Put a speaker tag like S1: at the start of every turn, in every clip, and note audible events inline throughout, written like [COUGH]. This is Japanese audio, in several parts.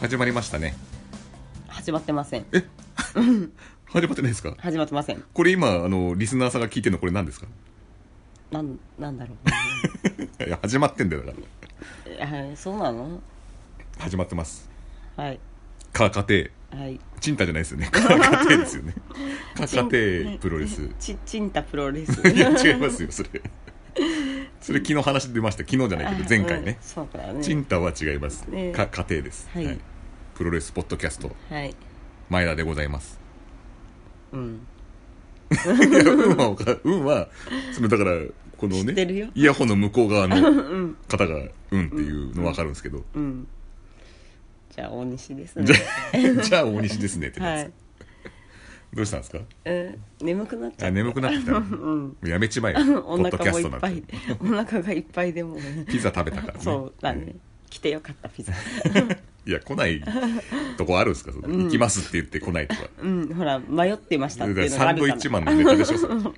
S1: 始まりましたね
S2: 始まってません
S1: え始まってないですか
S2: 始まってません
S1: これ今あのリスナーさんが聞いてるのこれ何ですか
S2: なんなんだろう
S1: いや始まってんだよだか
S2: えはいそう [LAUGHS] なの
S1: ら始まってます
S2: はい
S1: カカテ
S2: はい
S1: チンタじゃないです
S2: [LAUGHS]
S1: よねカカテですよねカカテプロレスい
S2: ちちんたプロレス
S1: や [LAUGHS]
S2: [LAUGHS]
S1: 違いますよそれそれ昨日話出ました昨日じゃないけど前回
S2: うん
S1: ね
S2: そうだね
S1: チンタは違います、
S2: ね
S1: か家庭です、
S2: はい
S1: プロレスポッドキャスト
S2: はい
S1: 前田でございます
S2: うん
S1: いや運はわか運はそのだからこの
S2: 知ってるよ
S1: ねイヤホンの向こう側の方が「うん」っていうの分かるんですけど、
S2: うんじゃあ大西ですね
S1: じゃ
S2: [LAUGHS]
S1: あじゃあ大西ですねってな
S2: は
S1: ん
S2: い
S1: です、どうしたんですか
S2: うん眠くなっちゃ
S1: あ
S2: う
S1: 眠くなってきた、
S2: うん
S1: やめちまえよポ
S2: [LAUGHS] お
S1: ッドキャ
S2: 腹も
S1: ス
S2: い
S1: ト
S2: っ
S1: なん
S2: ぱい
S1: て
S2: [LAUGHS] お腹がいっぱい
S1: [LAUGHS]
S2: でもう
S1: ピザ食べたからね
S2: そうだね来てよかったピザ
S1: いや来ないとこあるんですかその行きますって言って来ないとか
S2: うんほら迷ってましたっていうのが
S1: サ
S2: あ
S1: ン
S2: る
S1: ド
S2: か
S1: イ
S2: ら
S1: ッチマンのネタでしょ
S2: [LAUGHS]
S1: それ道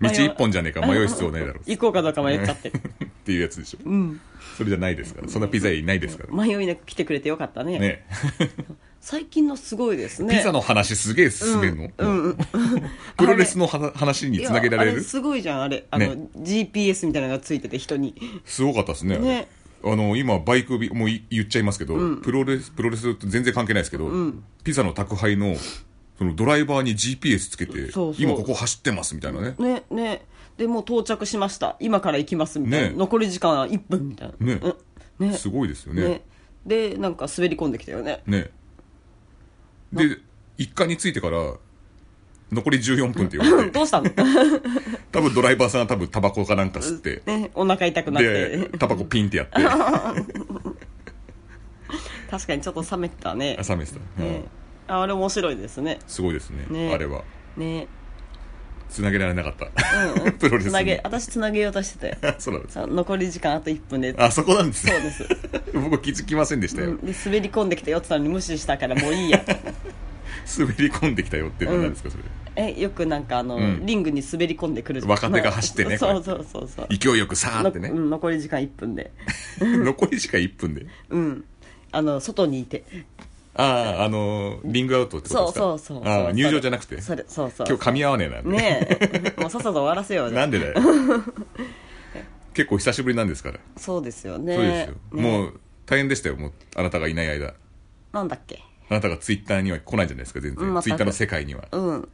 S2: 迷う
S1: 一本じゃねえか迷う必要ないだろ
S2: [LAUGHS] 行こうかどうか迷っちゃって
S1: っていうやつでしょ
S2: うん
S1: それじゃないですからそんなピザ屋いないですから
S2: 迷いなく来てくれてよかったね
S1: ね
S2: 最近のすごいですね
S1: ピザの話すげえ進めるの、
S2: うんうん
S1: プロレスのは話につなげられ
S2: いやあ
S1: る
S2: すごいじゃんあれあの、
S1: ね
S2: GPS みたいなのがついてて人に
S1: すごかったですねあれ
S2: ね
S1: あの今バイクびもうい言っちゃいますけど、プロレスプロレスと全然関係ないですけど、ピザの宅配のそのドライバーに GPS つけて
S2: そうそう
S1: 今ここ走ってますみたいなね
S2: ねねでもう到着しました今から行きますみたいな、
S1: ね
S2: 残り時間は1分みたいな
S1: ね
S2: うんね
S1: すごいですよ
S2: ね
S1: ね
S2: でなんか滑り込んできたよね
S1: ねで一家に着いてから残り14分って言われて
S2: ど
S1: [LAUGHS]
S2: うしたの
S1: 多分ドライバーさんは多分タバコかなんか吸って
S2: ねお腹痛くなって
S1: でタバコピンってやって
S2: 確かにちょっと冷めてたね
S1: 朝めてた、うん
S2: ねああれ面白いですね
S1: すごいですね
S2: ね
S1: あれは
S2: ね
S1: つなげられなかった、 [LAUGHS] プロレス
S2: つ
S1: に
S2: なげ私つなげようとしてたよ
S1: そうなんです
S2: さ残り時間あと1分で
S1: あそこなんです
S2: そ
S1: ね
S2: うです、
S1: [LAUGHS] 僕気づきませんでした
S2: う
S1: よ
S2: ん、で滑り込んできたよって言ったのに無視したからもういいや
S1: 滑り込んできたよっていうのは何ですかそれ
S2: えよくなんかあの、
S1: ん
S2: リングに滑り込んでくるじゃん
S1: 若手が走ってね
S2: [LAUGHS] そうそうそうそう
S1: 勢いよくさーってね
S2: のうん、残り時間1
S1: [LAUGHS]
S2: 分で
S1: 残り時間1分で
S2: うんあの外にいて
S1: あああのーリングアウトってことで
S2: そう
S1: すか
S2: そうそう
S1: あ
S2: そ
S1: ー
S2: う
S1: 入場じゃなくて
S2: それそうそう
S1: 今日噛み合わねえな
S2: ねえもうさっさと終わらせようよ
S1: なんでだ
S2: [LAUGHS]
S1: よ結構久しぶりなんですから
S2: そうですよね
S1: そうですよ
S2: ね
S1: もう大変でしたよもうあなたがいない間
S2: なんだっけ
S1: あなたがツイッターには来ないじゃないですか全
S2: うん全
S1: 然
S2: く
S1: ツイッターの世界には
S2: うん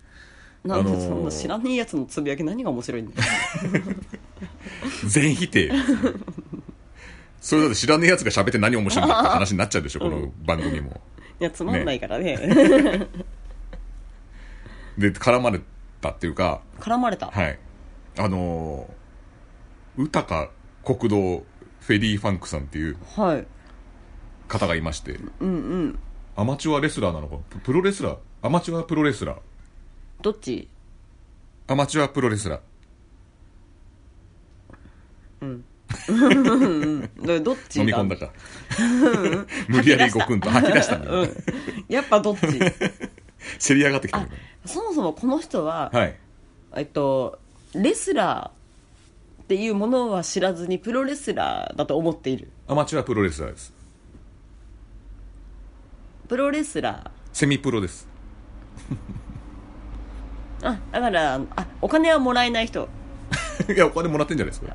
S2: なんで
S1: あのー
S2: その知らねえやつのつぶやき何が面白いんだよ
S1: [LAUGHS] 全否定
S2: [LAUGHS]
S1: ですねそれだって知らねえやつが喋って何面白いんだって話になっちゃうでしょ、この番組も
S2: いやつまんないからね
S1: で絡まれたっていうか
S2: 絡まれた、
S1: はいあのー、歌か国道フェリーファンクさんっていう
S2: はい、
S1: 方がいまして
S2: うんうん
S1: アマチュアレスラーなのかププロレスラーアマチュアプロレスラー
S2: どっち
S1: アマチュアプロレスラー
S2: どどっち
S1: 飲み込んだか [LAUGHS] 無理やりごくんと吐き出したんだよ、
S2: うん、やっぱどっち [LAUGHS]
S1: せり上がってきたんだよ
S2: そもそもこの人は、
S1: はい
S2: えっとレスラーっていうものは知らずにプロレスラーだと思っている
S1: アマチュアプロレスラーです
S2: プロレスラ
S1: セミプロです [LAUGHS]
S2: ーあだからあお金はもらえない人
S1: いやお金もらってんじゃないですか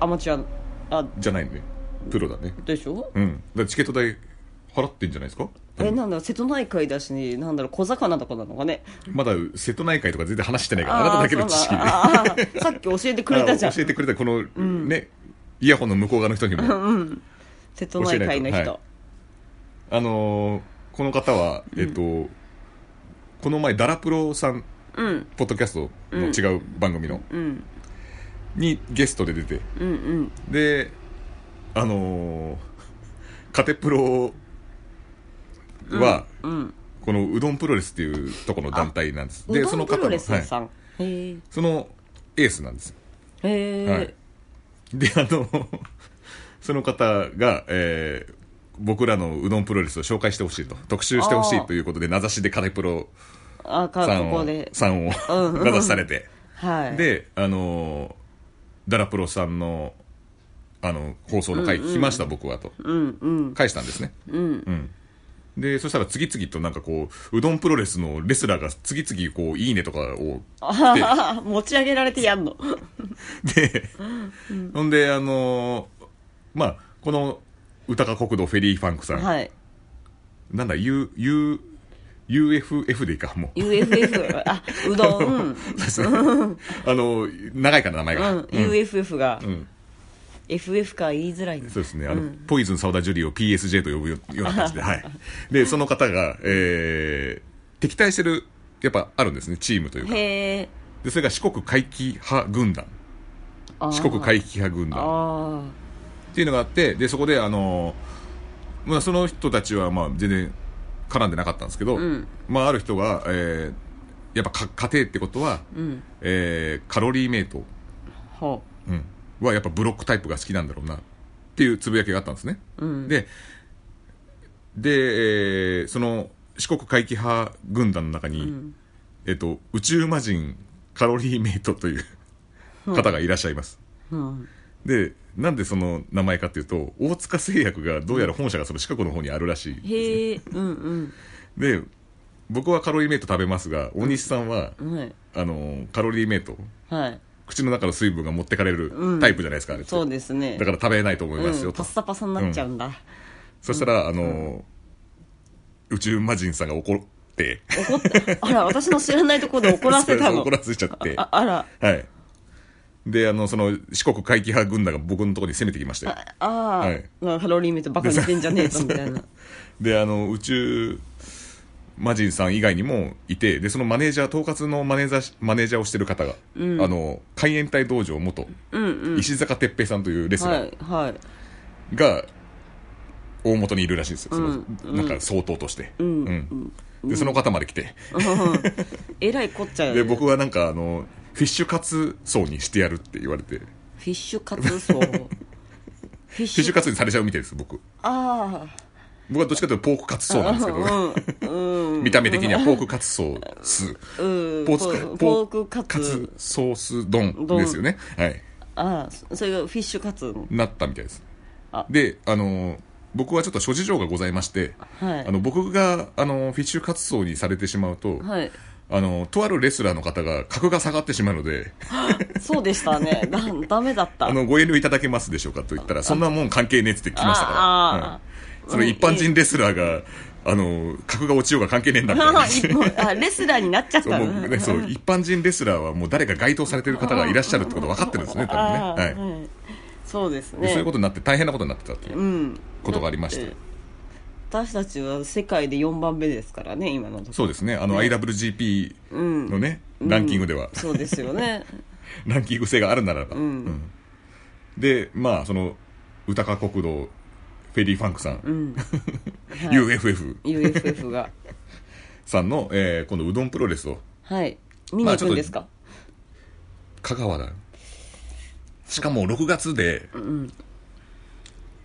S2: アマチュアあ
S1: じゃないんでプロだね
S2: でしょ
S1: うんだからチケット代払ってんじゃないですか
S2: えなんだろう瀬戸内海だしになんだろう小魚とかなのかね
S1: まだ瀬戸内海とか全然話してないからあなただけの知識で
S2: あーそうなんだあーさっき教えてくれたじゃ
S1: [LAUGHS]
S2: ん
S1: あ教えてくれたこの、ねイヤホンの向こう側の人にも
S2: 瀬戸内海の
S1: 教えないと
S2: 人、
S1: はあのーこの方はえっと、この前ダラプロさん
S2: うん
S1: ポッドキャストの違う番組の、
S2: うん
S1: にゲストで出て
S2: うんうん
S1: であのーカテプロは、
S2: うん
S1: このうどんプロレスっていうとこの団体なんです
S2: う
S1: で
S2: ど
S1: そ
S2: ん
S1: の
S2: プ
S1: 方の、
S2: ロ
S1: は
S2: レ
S1: い、
S2: スさん、へえ
S1: そのエースなんです
S2: へえ、
S1: はいであのその方が、えー僕らのうどんプロレスを紹介してほしいと特集してほしいということで名指しでカテプロ
S2: あか
S1: さん
S2: こ
S1: を
S2: こで
S1: さんを
S2: うんうん
S1: 名指しされて、
S2: はい
S1: であのーダラプロさんのあの放送の回聞きました、僕はと
S2: うんうん
S1: 返したんですね、
S2: うん
S1: うんで、そしたら次々となんかこう、うどんプロレスのレスラーが次々こう、いいねとかを
S2: あー [LAUGHS] 持ち上げられて
S1: [LAUGHS]
S2: やんの。
S1: で、ほんで、あのーまあ、この、歌か国道フェリーファンクさん、
S2: はい。
S1: なんだ、U、U、UFF でいいか、もう。
S2: UFF、あ、うど
S1: [LAUGHS]
S2: ん、
S1: そうですね。あの、長いから名前
S2: う
S1: が。
S2: ん、UFF が、
S1: ん
S2: FF か言いづらいな。
S1: そうですね。あの、ポイズン・サウダージュリーを PSJ と呼ぶよような感じで、はい。で、その方が、えー、敵対してる、やっぱあるんですね、チームというか。
S2: へえ。
S1: で、それが四国怪奇派軍団。
S2: あー
S1: 四国怪奇派軍団。
S2: あ
S1: っていうのがあってでそこであの、まあ、その人たちはまあ全然絡んでなかったんですけど、まあ、ある人が、えーやっぱか家庭ってことは、えーカロリーメイト、
S2: あ、ほ
S1: うんはやっぱブロックタイプが好きなんだろうなっていうつぶやきがあったんですね、でで、えーその四国怪奇派軍団の中に、えっと宇宙魔人カロリーメイトという方がいらっしゃいます、
S2: う。うん。
S1: でなんでその名前かっていうと大塚製薬がどうやら本社がその近くの方にあるらしい
S2: へえ、うん
S1: で僕はカロリーメイト食べますが大西さんは、
S2: うん。はい。
S1: あのカロリーメイト
S2: はい。
S1: 口の中の水分が持ってかれるタイプじゃないですか、あれって
S2: そうですね。
S1: だから食べないと思いますよ、
S2: うん、パ
S1: と
S2: ッサパサになっちゃうんだ。
S1: そしたらあの、宇宙魔人さんが怒って
S2: 怒って、あら、私の知らないところで怒ら
S1: [LAUGHS]
S2: せたの
S1: 怒。らせちゃって
S2: ああら、
S1: はいであのその四国怪奇派軍団が僕のところに攻めてきましたよ
S2: ああー、
S1: はい
S2: なんかカロリーメイトバカにしてんじゃねえぞみたいな。
S1: であの宇宙魔人さん以外にもいてでそのマネージャー統括のマネージャーマネージャーをしてる方が、あの海援隊道場元、石坂哲平さんというレス
S2: は
S1: ラー
S2: い、はい。
S1: が大元にいるらしいんですよ、そのなんか相当として、うんでその方まで来て、
S2: えらいこっちゃよ、ね。
S1: [LAUGHS] で僕はなんかあのフィッシュカツ層にしてやるって言われてフ
S2: フィッシュカツ
S1: [LAUGHS]
S2: ソー。フィッ
S1: ィッシュカ
S2: ツ
S1: ツにされちゃうみたいです僕
S2: あ
S1: 僕はどっちかというとポークカツ層なんですけど、
S2: あ、うん、
S1: [LAUGHS] 見た目的にはポークカツソース
S2: うん。
S1: ポーツカ
S2: ポ
S1: ポ
S2: ークカツ。
S1: カツソース丼ですよねはい
S2: ああ、そそれがフィッシュカツの。
S1: なったみたいです
S2: あ
S1: であのー僕はちょっと諸事情がございまして、
S2: はい
S1: あの僕があのフィッシュカツソーにされてしまうと、
S2: はい。
S1: あのとあるレスラーの方が格が下がってしまうので
S2: そうでしたね。だ、ダメだった。
S1: あのご遠慮いただけますでしょうかと言ったらそんなもん関係ねえっつって来ましたから
S2: ああ
S1: はいその一般人レスラーが、あの格が落ちようが関係ねえんだみた [LAUGHS] いな話
S2: 一本あ、レスラーになっちゃっ
S1: そう
S2: た
S1: もう
S2: の
S1: ね、そう一般人レスラーはもう誰か該当されてる方がいらっしゃるってこと分かってるんですね、多
S2: ああ、
S1: 分ね、はい
S2: はい。そうです
S1: で
S2: ね。
S1: そういうことになって大変なことになってたっていう
S2: うん。
S1: ことがありました
S2: だって私たちは世界で4番目ですからね、今のとこ
S1: そうですね、あの IWGP のね、ランキングでは、 [LAUGHS]
S2: そうですよね。
S1: ランキング性があるならば、うんで、まあ、その歌川国道、フェリー・ファンクさん、UFF
S2: UFF が。
S1: さんの、えー今度、うどんプロレスを、
S2: はい。見に行くんですか、
S1: 香川だよしかも6月で、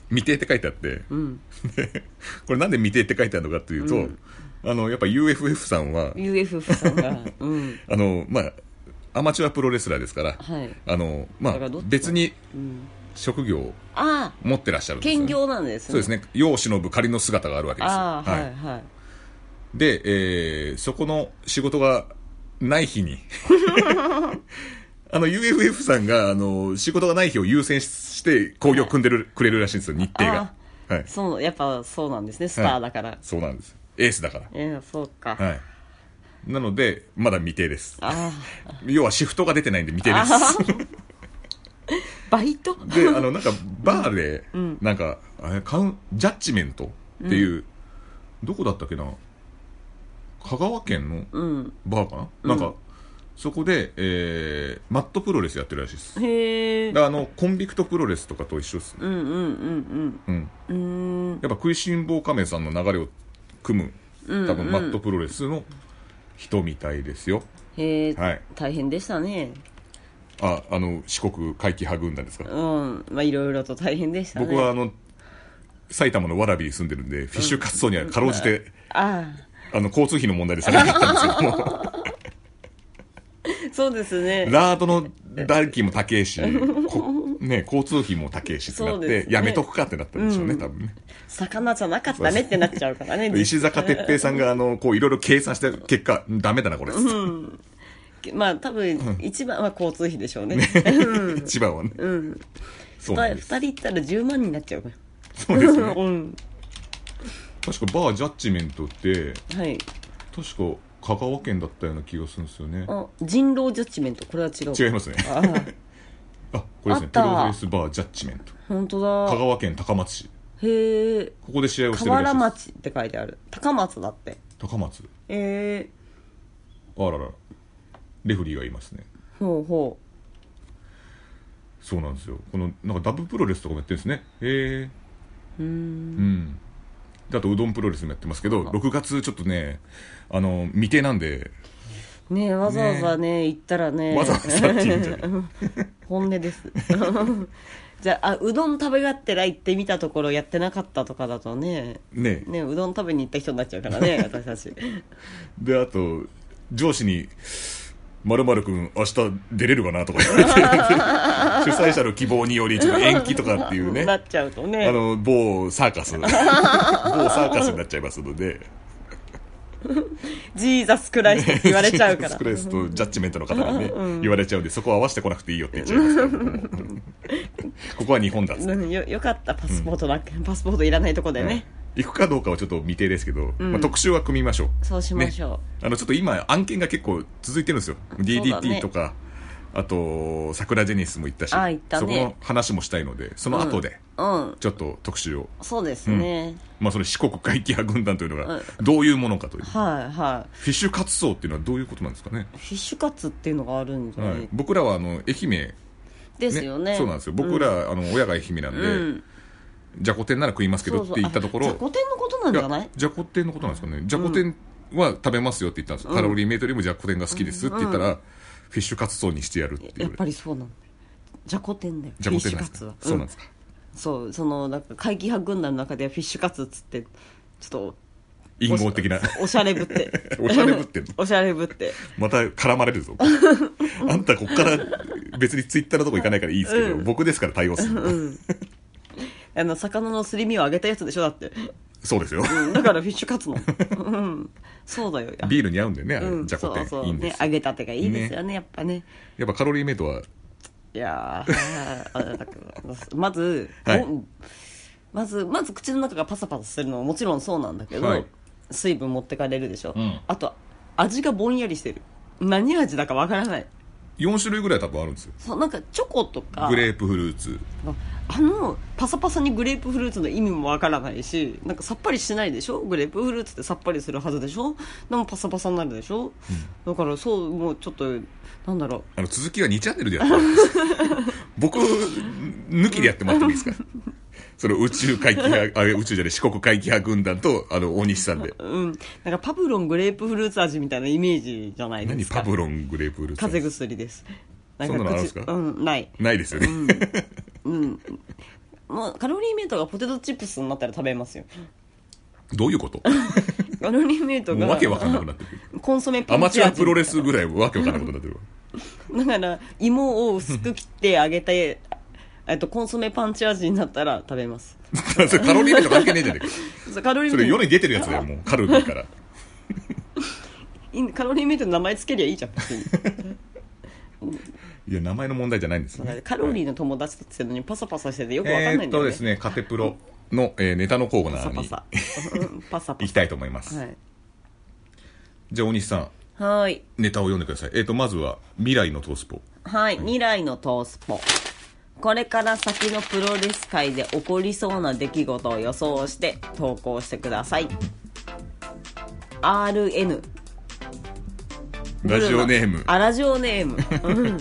S1: 未定って書いてあって、 [LAUGHS] でこれなんで未定って書いてあるのかっていうと、あのやっぱ UFF さんは
S2: UFF さんが。うん。
S1: あのまあアマチュアプロレスラーですから、
S2: はい
S1: あのま
S2: だか
S1: あ
S2: らどっちも
S1: 別に職業を
S2: ああ、
S1: 持ってらっしゃるんですよ、ね、
S2: 兼業なんですね。
S1: そうですね世を忍ぶ仮の姿があるわけですよ
S2: ああ、はい、はい。
S1: で、えーそこの仕事がない日にあの UFF さんがあの仕事がない日を優先しして興行組んでるくれるらしいんですよ日程が、はい、
S2: そう、やっぱそうなんですね、スターだから。
S1: そうなんですエースだか
S2: ええそうか。
S1: ら、はい、なのでまだ未定です
S2: ああ、
S1: 要はシフトが出てないんで未定
S2: あ
S1: です [LAUGHS]
S2: バイト
S1: であのなんかバーで、なんかあれカウンジャッジメントっていう、どこだったっけな香川県の、
S2: うん。
S1: バーかな、なんかそこで、えーマットプロレスやってるらしいですだか
S2: へえ。
S1: らあのコンビクトプロレスとかと一緒ですね
S2: うんうんうん
S1: うん
S2: うん。うー
S1: やっ
S2: ん。
S1: ぱ食いしん坊仮面さんの流れを組む多分マットプロレスの人みたいですよ
S2: へえ、
S1: はい
S2: 大変でしたね。
S1: ああの四国怪奇派軍団ですか
S2: うん。まあ、いろいろと大変でしたね。
S1: 僕はあの埼玉の蕨に住んでるんでフィッシュ活動にはかろうじて、
S2: あ
S1: あの交通費の問題でされなかったんですけ
S2: [LAUGHS]
S1: ども
S2: あ、そうですね。
S1: ラードの代金も高えしこね、交通費も高いしってなっ
S2: そうで
S1: て、
S2: すね
S1: やめとくかってなったんでしょうね、多分ね。
S2: 魚じゃなかったねってなっちゃうからね
S1: [LAUGHS] 石坂哲平さんが、あの、こう、いろいろ計算した結果、うんダメだな、これっつって。
S2: [LAUGHS] まあ多分一番は交通費でしょうね
S1: 一番はね。 [LAUGHS] そうなん
S2: 2
S1: です。
S2: 人行ったら10万になっちゃうから
S1: そうですね。
S2: [LAUGHS] うん
S1: 確か、バージャッジメントって、
S2: はい
S1: 確か、香川県だったような気がするんですよね。
S2: あ人狼ジャッジメントこれは違う
S1: 違いますね。 [LAUGHS]
S2: あ
S1: あ、これですね。プ
S2: あった
S1: ロフェイスバージャッジメント。
S2: 本当
S1: 香
S2: だ
S1: 川県高松市。
S2: へえ
S1: ここで試合をして
S2: 河
S1: るら
S2: 原
S1: しいです。
S2: 町って書いてある高松だって
S1: 高松。
S2: ええ
S1: あららら。レフリーがいますね。
S2: ほうほ
S1: そうなんですよ。この、なんかダブプロレスとかもやってるんですね。へえ。うん。であと、うどんプロレスもやってますけど、6月ちょっとね、あの、未定なんで、
S2: うねえわざわざね行ったらね
S1: わざわざって言うんじゃない。
S2: 本音です [LAUGHS] じゃああうどん食べがってら行ってみたところやってなかったとかだとね
S1: ね
S2: ねうどん食べに行った人になっちゃうから [LAUGHS] ね私たち
S1: で、あと、上司に、まるまるくん、明日出れるかなとか言 [LAUGHS] われて、主催者の希望により、ちょっと延期とかっていう [LAUGHS] ね、
S2: な
S1: あ
S2: っちゃうとね
S1: の、某サーカス、 [LAUGHS] 某サーカスになっちゃいますので、
S2: ジーザスクライストって [LAUGHS] 言われちゃうから
S1: スクレスとジャッジメントの方にね、言われちゃうんで、そこは合わせてこなくていいよって言っちゃいますから僕
S2: [LAUGHS]
S1: もここは日本だっつって
S2: うんよよかったパスポートだけ、パスポートいらないとこでね、
S1: 行くかどうかはちょっと未定ですけど、まあ、特集は組みましょう
S2: そうしましょう
S1: ねあのちょっと今案件が結構続いてるんですよ
S2: だね
S1: DDT とか、あと桜ジェニスも行ったし
S2: あ行った
S1: そ
S2: ね
S1: この話もしたいのでその後で
S2: うん
S1: ちょっと特集を、
S2: そうですね、
S1: まあ、それ四国怪奇派軍団というの
S2: う
S1: が
S2: ん
S1: どういうものかという、フ
S2: はいはい
S1: ィッシュ活動っていうのはどういうことなんですかね、
S2: フィッシュカツっていうのがあるんじゃない、
S1: はい、僕らはあの愛媛
S2: ですよね
S1: そうなんですよ僕ら、あの親が愛媛なんで、
S2: うん
S1: じゃこ天なら食いますけどって言ったところ
S2: あじゃこ天のことなんじゃない
S1: じゃこ天のことなんですかねじゃこ天は食べますよって言ったんですよ、カロリーメイトよりもじゃこ天が好きですって言ったら、フィッシュカツソーにしてやるって言
S2: やっ
S1: われ
S2: ぱ
S1: て
S2: りそうなんだよじゃこ天だよ
S1: じゃこ
S2: フィ
S1: 天
S2: ッ
S1: なんで
S2: シュカ
S1: す
S2: ツ
S1: か
S2: は
S1: そうなんですか、
S2: そうそのなんか怪奇派軍団の中ではフィッシュカツっつってちょっと
S1: 陰謀的な
S2: おしゃれぶって
S1: [LAUGHS] おしゃれぶってんの
S2: [LAUGHS] おしゃれぶって
S1: また絡まれ
S2: [LAUGHS]
S1: るぞあんたこっから別にツイッターのとこ行かないからいいですけど、僕ですから対応するの、
S2: あの魚のすり身をあげたやつでしょだって
S1: そうですよ
S2: うんだからフィッシュカツの、うん、そうだよ
S1: ビールに合うんだよねあれ、
S2: うん
S1: じゃこ天
S2: そうそう
S1: いいんです
S2: ね、揚げたてがいいですよねやっぱね
S1: やっぱカロリーメイトはい
S2: やーあだからまず、
S1: はい
S2: おまずまず口の中がパサパサするのももちろんそうなんだけど、
S1: はい
S2: 水分持ってかれるでしょ、
S1: ん
S2: あと味がぼんやりしてる何味だかわからない
S1: 4種類ぐらい多分あるんですよ
S2: そうなんかチョコとか
S1: グレープフルーツ
S2: あのパサパサにグレープフルーツの意味もわからないしなんかさっぱりしないでしょグレープフルーツってさっぱりするはずでしょでもパサパサになるでしょ、だからそうもうちょっとなんだろう
S1: あの続きは2チャンネルでやってます [LAUGHS] 僕抜きでやってもらってもいいですかその宇宙怪奇派あ宇宙じゃない四国怪奇派軍団とあの大西さんで
S2: うん、なんかパブロングレープフルーツ味みたいなイメージじゃないで
S1: 何
S2: すか
S1: パブロングレープフルーツ
S2: 風邪薬ですなん
S1: そんなのあるんですか
S2: 口うんない
S1: ないですよね、
S2: もうカロリーメイトがポテトチップスになったら食
S1: [LAUGHS]
S2: べますよ
S1: どういうこと
S2: カロリーメイト
S1: も
S2: が
S1: うわけわかんなくなってくる
S2: コンソメ
S1: ア
S2: パンチ味
S1: マチュアプロレスぐらいわけわかんなくなってくる
S2: だから芋を薄く切ってあげてえっとコンソメパンチ味になったら食べます
S1: わそれカロリーメイト関係ねえじゃねえか
S2: そうカロリー
S1: それ
S2: メイ
S1: 世
S2: ト
S1: に出てるやつだよもうカロリーから
S2: いいカロリーメイトの名前つけりゃいい
S1: [LAUGHS]
S2: じゃん別に
S1: いや名前の問題じゃないんですよ
S2: だか
S1: ね
S2: らカロリーの友達とってのにパサパサしててよくわかんないん
S1: え
S2: だ
S1: ーっ
S2: よ、ね
S1: とですねカテプロの、えーネタのコーナ
S2: パサ
S1: ー
S2: パ
S1: に
S2: サうんパサパサ
S1: 行きたいと思います、
S2: はい
S1: じゃあ大西さん
S2: はーい
S1: ネタを読んでくださいえーっとまずは未来のトースポ
S2: はい、未来のトースポ。これから先のプロレス界で起こりそうな出来事を予想して投稿してください。RN。
S1: ラジオネー
S2: ブル
S1: ム
S2: マあ、ラジオネーム。うん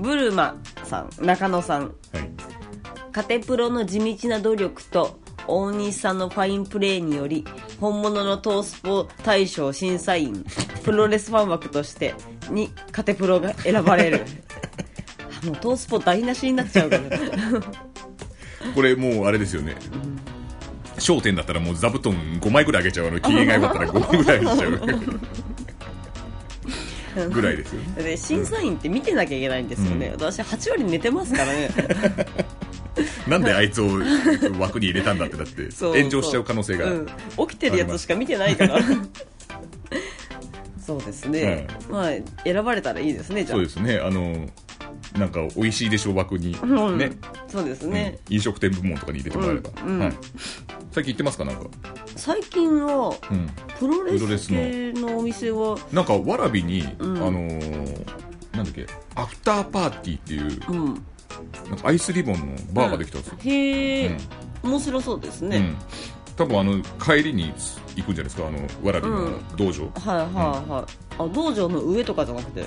S2: ブルマさん、中野さん。
S1: はい、
S2: カテプロの地道な努力と大西さんのファインプレーにより本物のトースポ大賞審査
S1: [LAUGHS]
S2: 員プロレスファン枠としてにカテプロが選
S1: [LAUGHS]
S2: ばれるあもうトースポ台無しになっちゃうから
S1: これもうあれですよね『笑点』だったらもう座布団5枚ぐらいあげちゃうあの機嫌が良かったら5枚ぐらいあげちゃうぐらいですよね。
S2: で審査員って見てなきゃいけないんですよね、
S1: うん
S2: 私8割寝てますから
S1: [LAUGHS]
S2: ね
S1: なんであいつを枠に入れたんだってだって
S2: そう
S1: 炎上しちゃう可能性があ
S2: う
S1: る
S2: ん、起きてるやつしか見てないからそうですね、まあ選ばれたらいいですねじゃあ
S1: そうですねあのなんか美味しいでしょ枠に、
S2: うん
S1: ね、
S2: そうですね、
S1: うん飲食店部門とかに入れてもらえれば、
S2: うんうん
S1: はい、最近言ってますかなんか、
S2: 最近は
S1: うん、
S2: プロレ
S1: プロレ
S2: ス
S1: スの
S2: 系のお店は
S1: なんかわらびに、
S2: ん
S1: あのーなんだっけアフターパーティーっていう
S2: うん
S1: なんかアイスリボンのバーができたんですよ、
S2: へえ、面白そうです
S1: うん
S2: ね、
S1: 多分あの帰りに行くんじゃないですかあのわらび
S2: うん
S1: の道場、
S2: [LAUGHS] はいはいはい、あ道場の上とかじゃ
S1: [LAUGHS]
S2: なくて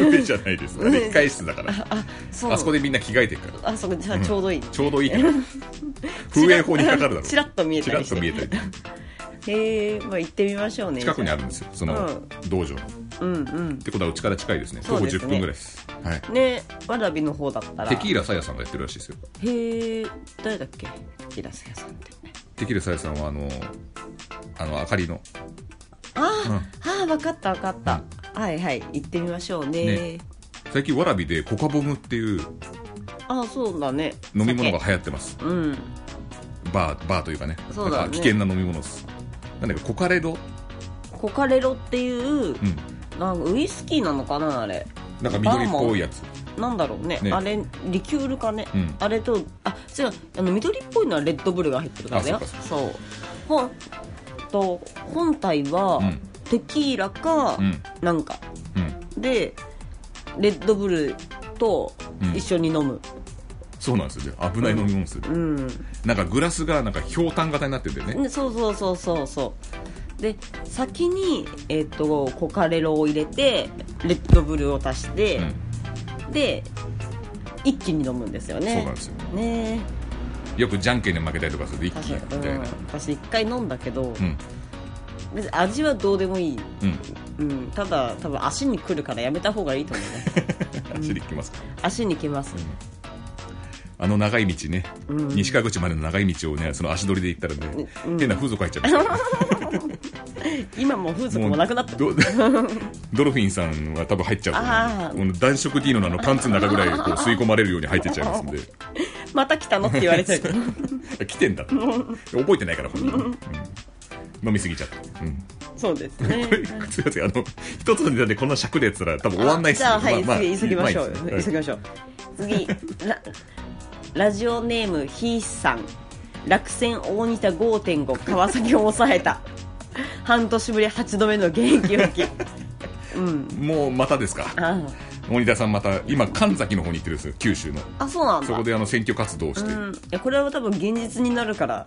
S1: 上じゃないですあれ控室だから
S2: あそう
S1: あそこでみんな着替えてるから
S2: あそこじゃあちょうどいい、
S1: ちょうどいいから [LAUGHS] 風営法に引っかかる
S2: [LAUGHS]
S1: だろ
S2: ちらっと見え
S1: ち
S2: た
S1: ら
S2: り
S1: っ
S2: して
S1: と見えたり
S2: へえ、まあ、行ってみましょうね
S1: 近くにあるんですよその道場、っ
S2: じゃあうんうん
S1: てことはうちから近いですね
S2: そうですね
S1: 徒歩10分ぐらいです、はい、
S2: ねわらびの方だったら
S1: テキーラさやさんがやってるらしいですよ
S2: へえ誰だっけテキラス屋さんって
S1: テキーラさやさんはあのあの明かりの
S2: あー、
S1: うん
S2: あー分かった分かった、はいはい行ってみましょうね
S1: ね最近わらびでコカボムっていう
S2: ああそうだね
S1: 飲み物が流行ってます
S2: 酒うん
S1: バーバーというかね
S2: そうだね
S1: なんか危険な飲み物ですなんだかコカレド、
S2: コカレロっていう
S1: うん、
S2: なんかウイスキーなのかなあれ
S1: なんか緑っぽいやつ
S2: なんだろうね
S1: ね
S2: あれリキュールかね、
S1: うん
S2: あれとあ違うあの緑っぽいのはレッドブルが入ってるからだ
S1: あ
S2: よ
S1: そうか
S2: そうほんと本体は
S1: うん
S2: テキーラか、
S1: うん
S2: なんか
S1: うん
S2: でレッドブルと一緒に飲む
S1: そうなんですよじゃあ危ない飲み物ですよ、
S2: うん、
S1: なんかグラスがなんかひょうたん型になっててね
S2: ねそうそうそうそうそうで先に、えっとコカレロを入れてレッドブルを足して
S1: うん、、
S2: で一気に飲むんですよね
S1: そうなんですよ
S2: ね
S1: よくじゃんけんで負けたりとかすると一気
S2: 確
S1: に
S2: か
S1: み
S2: に、
S1: たい
S2: うん
S1: な、
S2: 私一回飲んだけど、
S1: うん
S2: 別に味はどうでもいい、
S1: うん
S2: うん、ただ多分足に来るからやめた方がいいと思う
S1: [LAUGHS]
S2: ね
S1: 走り行きますか
S2: 足に来ます、
S1: あの長い道ね、
S2: うん
S1: 西川口までの長い道をねその足取りで行ったらね、
S2: うん
S1: 変な風俗入っちゃうんですよ
S2: 今もう風俗もなくなった
S1: ど [LAUGHS] ドルフィンさんは多分入っちゃ
S2: あ
S1: う
S2: ー
S1: と思うこの暖色ディーノのあのパンツの中ぐらいこう吸い込まれるように入ってっちゃいますんで
S2: また来たのって言われちゃう
S1: [LAUGHS] 来てんだって覚えてないから本人、うん、飲みすぎちゃった、うん、 [LAUGHS]
S2: そうですね
S1: これすいませんあの一つのネタでこんな尺でやってたら多分終わんないっす
S2: じゃあはい、
S1: まあまあ
S2: 次急ぎましょう、
S1: いい
S2: 急
S1: です
S2: ぎ
S1: ね
S2: ましょう次ララジオネームひーさん落選大仁田5.5川崎を抑えた半年ぶり8度目の現役復
S1: [LAUGHS]
S2: 帰うん
S1: もうまたですか
S2: あ
S1: 森田さんまた今神崎の方に行ってるんですよ九州の
S2: あそうなんだ
S1: そこであの選挙活動をして、
S2: うん、いやこれは多分現実になるから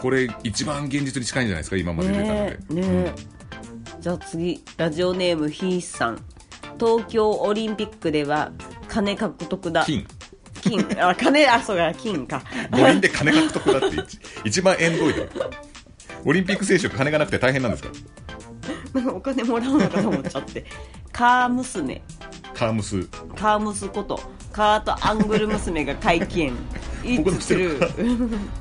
S1: これ一番現実に近いんじゃないですか今まで出たの
S2: ね
S1: で、
S2: えねえ、じゃあ次ラジオネームひーさん東京オリンピックでは金獲得だ
S1: 金
S2: 金あ金あそうか金か [LAUGHS]
S1: 五輪で金獲得だって一一番縁遠いだろオリンピック選手は金がなくて大変なんですか
S2: お金もらうのかと思っちゃってカー娘
S1: らカームス
S2: カー娘ことカートアングル娘が会見
S1: [LAUGHS]
S2: い
S1: 僕の知
S2: つ
S1: っ
S2: す
S1: てる
S2: る
S1: カ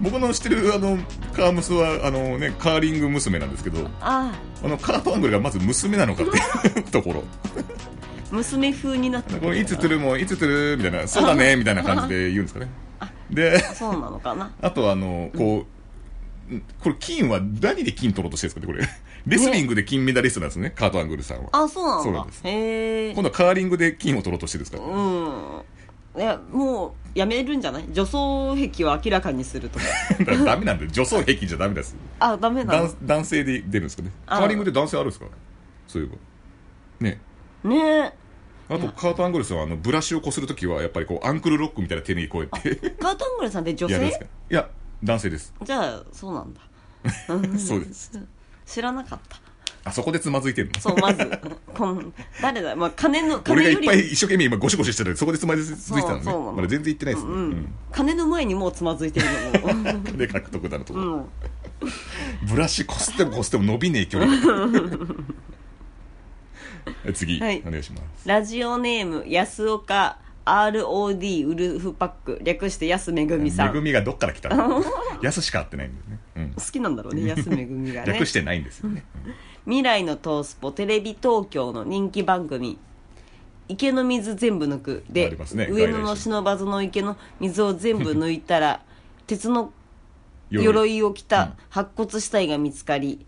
S1: 僕の知ってるあのカームスはあの、ね、カーリング娘。なんですけど
S2: あ
S1: あのカートアングルがまず娘なのかっていうところ
S2: あ娘風になって
S1: このいつつるもいつつるみたいなそうだねみたいな感じで言うんですかねで
S2: そうなのかな
S1: あとはあのこう、んこれ金は何で金取ろうとしてるんですかねこれレスリングで金メダリストなんですねカートアングルさんは
S2: あそうなんだ
S1: そうなんです
S2: へえ
S1: 今度はカーリングで金を取ろうとしてるんですか
S2: うんいやもうやめるんじゃない女装癖を明らかにするとか
S1: だから [LAUGHS] ダメなんだよ女装壁じゃダメです
S2: [LAUGHS] あダメな
S1: 男男性で出るんですかね
S2: あ
S1: カーリングで男性あるんですかそういえばね
S2: のね
S1: あとカートアングルさんはあのブラシをこするときはやっぱりこうアンクルロックみたいな手にこうやって
S2: えカートアングルさんって女
S1: やるんですか
S2: 性
S1: いや男性です
S2: じゃあそうなんだ
S1: そうです
S2: 知らなかった
S1: あそこでつまずいてるの
S2: そうまず [LAUGHS] こん誰だ、まあ、金の
S1: 俺が
S2: 金
S1: い
S2: よ
S1: っ
S2: り
S1: ぱい一生懸命今ゴシゴシしてたのにそこでつまずいてたのね
S2: そうそうなの
S1: まだ全然行ってないですね、
S2: う
S1: うん
S2: ん、金の前にもうつまずいてるのも
S1: [LAUGHS] で獲得だなと、
S2: うん
S1: ブラシこすってもこすっても伸びねえ
S2: [LAUGHS]
S1: 距離次、
S2: はい
S1: お願いします
S2: ラジオネーム安岡 ROD ウルフパック略して安めぐみさ
S1: め
S2: ん
S1: ぐ
S2: 好
S1: みがどっから来たの安しか会ってないんですね、うん、
S2: きなんだろうね安めぐみがね
S1: 略してないんですよね、
S2: 未来のトースポテレビ東京の人気番組「池の水全部抜く」
S1: あ
S2: で、
S1: りますね
S2: 上
S1: 外
S2: 野
S1: 来
S2: の
S1: 種
S2: 忍ばずの池の水を全部抜いた
S1: [LAUGHS]
S2: ら鉄の
S1: 鎧
S2: 鎧を着
S1: うん
S2: た白骨死体が見つかり、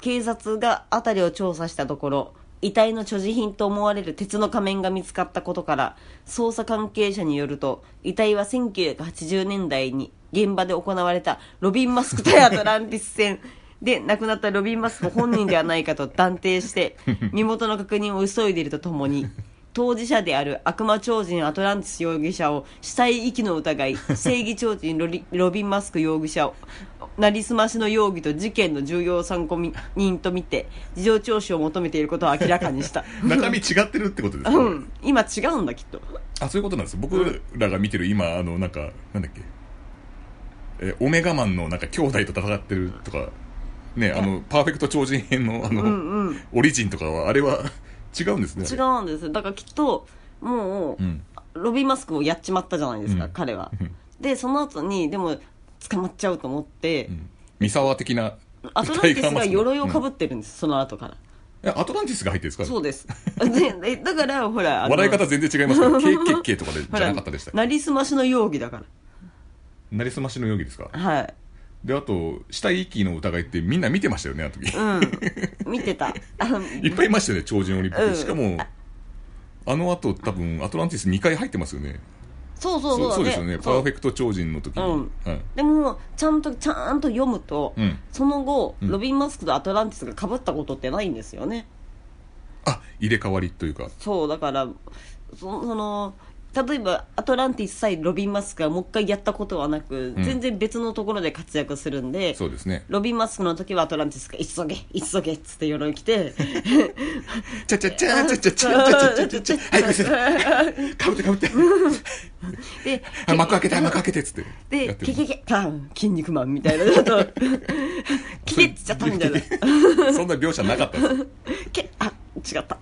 S2: 警察が辺りを調査したところ遺体の所持品と思われる鉄の仮面が見つかったことから捜査関係者によると遺体は1980年代に現場で行われたロビン・マスク対アトランティス戦で亡くなったロビン・マスク本人ではないかと断
S1: [LAUGHS]
S2: 定して身元の確認を急いでいるとともに当事者である悪魔超人アトランティス容疑者を死体遺棄の疑 [LAUGHS] い正義超人ロリロビン・マスク容疑者をなりすましの容疑と事件の重要参考人とみて事情聴取を求めていることを明らかに [LAUGHS] した
S1: [LAUGHS] 中身違ってるってことですか、
S2: うん今違うんだきっと
S1: あそういうことなんです僕らが見てる今あのなんかなんだっけえオメガマンのなんか兄弟と戦ってるとかねあのパーフェクト超人編のあの、オリジンとかはあれは違うんですね
S2: 違うんですよだからきっともう、
S1: うん
S2: ロビン・マスクをやっちまったじゃないですか、
S1: うん
S2: 彼は
S1: うん
S2: でその後にでも捕まっちゃうと思って、
S1: うん三沢的な
S2: アトランティスが鎧をか
S1: ぶ
S2: ぶってるんです、その後から
S1: アトランティスが入ってるんですか
S2: そうです [LAUGHS] ででだからほらあの
S1: 笑い方全然違います
S2: [LAUGHS]
S1: からケーケッケーとかでじ
S2: ほ
S1: ゃ
S2: ら
S1: なかったでしたっけ
S2: なりすましの容疑だか
S1: なりすましの容疑ですから
S2: はい
S1: であと死体遺棄の疑いってみんな見てましたよねあの時 [LAUGHS]
S2: うん見てたあの
S1: いっぱいいましたよね、超人オリンピック。
S2: うん
S1: しかも、あの後多分、アトランティス2回入ってますよね。
S2: そうそうそう
S1: そうですよね。パ
S2: そ
S1: ー
S2: う
S1: フェクト超人の時に。
S2: うん
S1: はい
S2: でもちゃんとちゃんと読むと、
S1: うん
S2: その後、
S1: ん
S2: ロビン・マスクとアトランティスがかぶったことってないんですよね
S1: あ、入れ替わりというか。
S2: そうだからそその例えばアトランティスさえロビン・マスクがもう一回やったことはなく、
S1: ん
S2: 全然別のところで活躍するんで
S1: そうですね。
S2: ロビン・マスクの時はアトランティスが「急げ急げ」っつって鎧
S1: [LAUGHS]
S2: 着て
S1: ちゃちゃちゃちゃちゃちゃちゃちゃちゃちゃ。はい、こいつ。かぶってかぶって。
S2: で
S1: あ幕開けて、幕開けてっつって。や
S2: で、
S1: って
S2: ケ
S1: る
S2: ケケ、タン、筋肉マンみたいな、ちょっと、
S1: [LAUGHS]
S2: キケっちゃったみたいな、
S1: そんな描写なかったです。
S2: ケあ、違った、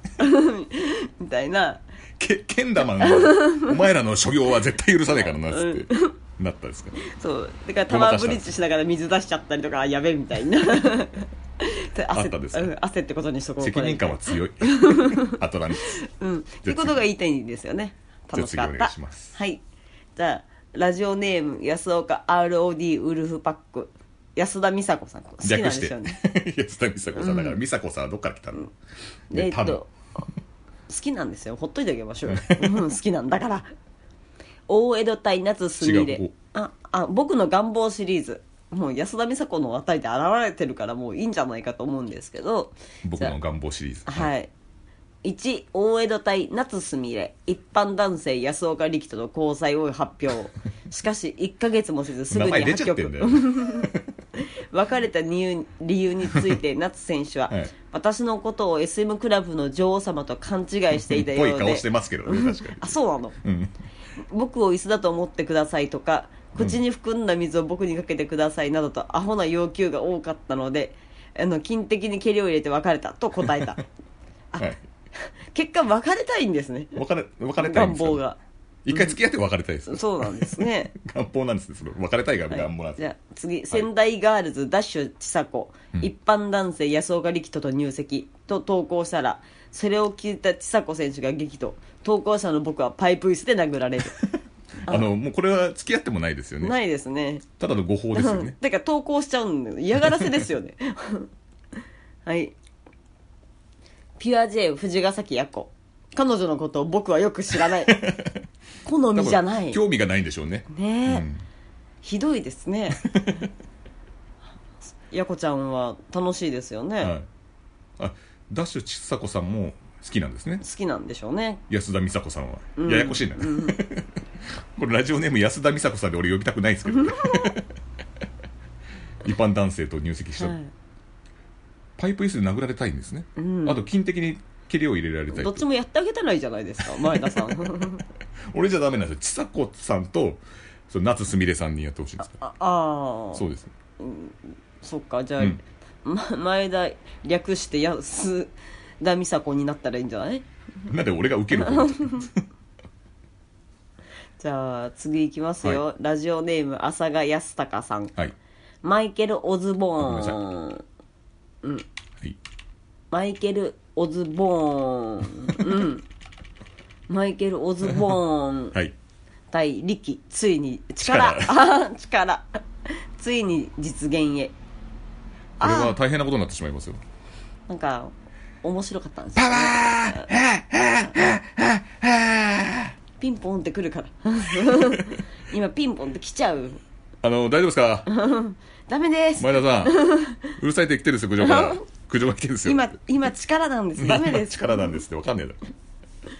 S2: [LAUGHS] みたいな、
S1: け、けん玉の、お前らの所業は絶対許さないからな、つって。なったんですか
S2: そう、だからタ
S1: ごま
S2: ワ
S1: か
S2: ー
S1: した
S2: ブリッジしながら水出しちゃったりとか、あやべえみた
S1: [LAUGHS]
S2: いな。で
S1: あ
S2: 汗
S1: ったですか
S2: うん汗ってことにしとこう
S1: 責任感
S2: こ
S1: は強い。アトランティス。
S2: れうんってことが言いたいんですよね
S1: じゃあ
S2: 楽し
S1: 次
S2: か
S1: お
S2: った
S1: 願いします
S2: はいじゃあラジオネーム安岡 ROD ウルフパック安田美佐子さん好きなんで
S1: 略し
S2: す
S1: て
S2: よね。
S1: [LAUGHS] 安田美佐子さんだから、美佐子さんはどっから来たの
S2: え
S1: ね
S2: ーっ
S1: 多分
S2: と好きなんですよほっといてあげましょうよ、うん、好きなんだから大江戸対夏すみ
S1: 違う
S2: れ
S1: こ
S2: ああ僕の願望シリーズもう安田美沙子のあたりで現れてるからもういいんじゃないかと思うんですけど
S1: 僕の願望シリーズ。
S2: はい1大江戸対夏すみれ一般男性安岡力人の交際を発
S1: [LAUGHS]
S2: 表しかし1か月もせずすぐ
S1: 名
S2: に
S1: 前出
S2: 破
S1: ちゃってんだ
S2: 局
S1: よ。
S2: 別れた理由理由につい
S1: [LAUGHS]
S2: て夏選手は、
S1: はい
S2: 私のことを SM クラブの女王様と勘違いしていた
S1: ぽい
S2: よう
S1: 顔して
S2: で
S1: ますけどね、確かに。
S2: あそうなの
S1: うん。
S2: 僕を椅子だと思ってくださいとか口に含んだ水を僕にかけてくださいなどとアホな要求が多かったのであの金的に蹴りを入れて別れたと答え
S1: [LAUGHS]
S2: たあ
S1: はい。
S2: 結果別れたいんですね
S1: 別れ、別れたいん
S2: 願
S1: です
S2: 望
S1: よ。
S2: が
S1: 一回付き合って別れたいです。
S2: そうなんです
S1: [LAUGHS]
S2: ね
S1: 願望なんですね。その別れたいが
S2: はい
S1: 願望なん
S2: じ
S1: です。
S2: ゃあ次仙台ガールズダッシュ千佐子、一般男性安岡力人と入籍と投稿したらそれを聞いた千佐子選手が激怒投稿者の僕はパイプ椅子で殴られる
S1: あの、もうこれは付き合ってもないですよ [LAUGHS] ね。
S2: ないですね
S1: ただの誤報ですよ
S2: うん
S1: ね。
S2: てか投稿しちゃうんだよ嫌がらせです
S1: [LAUGHS]
S2: よねはいピュア J 藤ヶ崎也子彼女のことを僕はよく知ら
S1: [LAUGHS]
S2: ない好みじゃない
S1: 多分興味がないんでしょうね。
S2: ねえ、
S1: うん
S2: ひどいです
S1: [LAUGHS]
S2: ねやこちゃんは楽しいですよね、
S1: はい。あ、ダッシュちさ子さんも好きなんですね
S2: 好。きなんでしょうね
S1: 安田美佐子さんは。ややこしいな。 [LAUGHS] これラジオネーム安田美佐子さんで俺呼びたくないですけど。 [LAUGHS] 一般男性と入籍した
S2: は
S1: パイプ椅子で殴られたいんですね、
S2: ん
S1: あと金的に蹴りを入れられた
S2: い、
S1: い
S2: どっちもやってあげたらいいじゃないですか前田さ
S1: [LAUGHS]
S2: ん
S1: 俺じゃダメなんですよちさ子さんとその夏すみれさんにやってほしいんですか
S2: ああ
S1: ら
S2: ー
S1: そうです
S2: そっかじゃあ、
S1: うん
S2: ま前田略して安田美佐子になったらいいんじゃない [LAUGHS]
S1: なんで俺が受ける方
S2: じゃあ次いきますよ、
S1: は
S2: ラジオネーム浅賀康隆さん
S1: はい。
S2: マイケル・オズボ
S1: あご
S2: ーン
S1: はい。
S2: マイケル・オ
S1: [LAUGHS]
S2: ズボーンうんマイケル・オズボーン
S1: はい。
S2: 対力ついに力力 [LAUGHS] 力ついに実現へ
S1: これ
S2: あ
S1: は大変なことになってしまいますよ。
S2: ーなんか面白かったんです
S1: パ
S2: よ
S1: ワー
S2: ピンポンって来るから [LAUGHS] 今ピンポンって来ちゃう
S1: あの、大丈夫ですか
S2: ダメです
S1: 前田さ
S2: [LAUGHS]
S1: ん。うるさいって来てるんですよ、苦情が。苦情が来てるんですよ。
S2: 今今力なんですダメです
S1: [LAUGHS] 力なんですってわかんねえだろ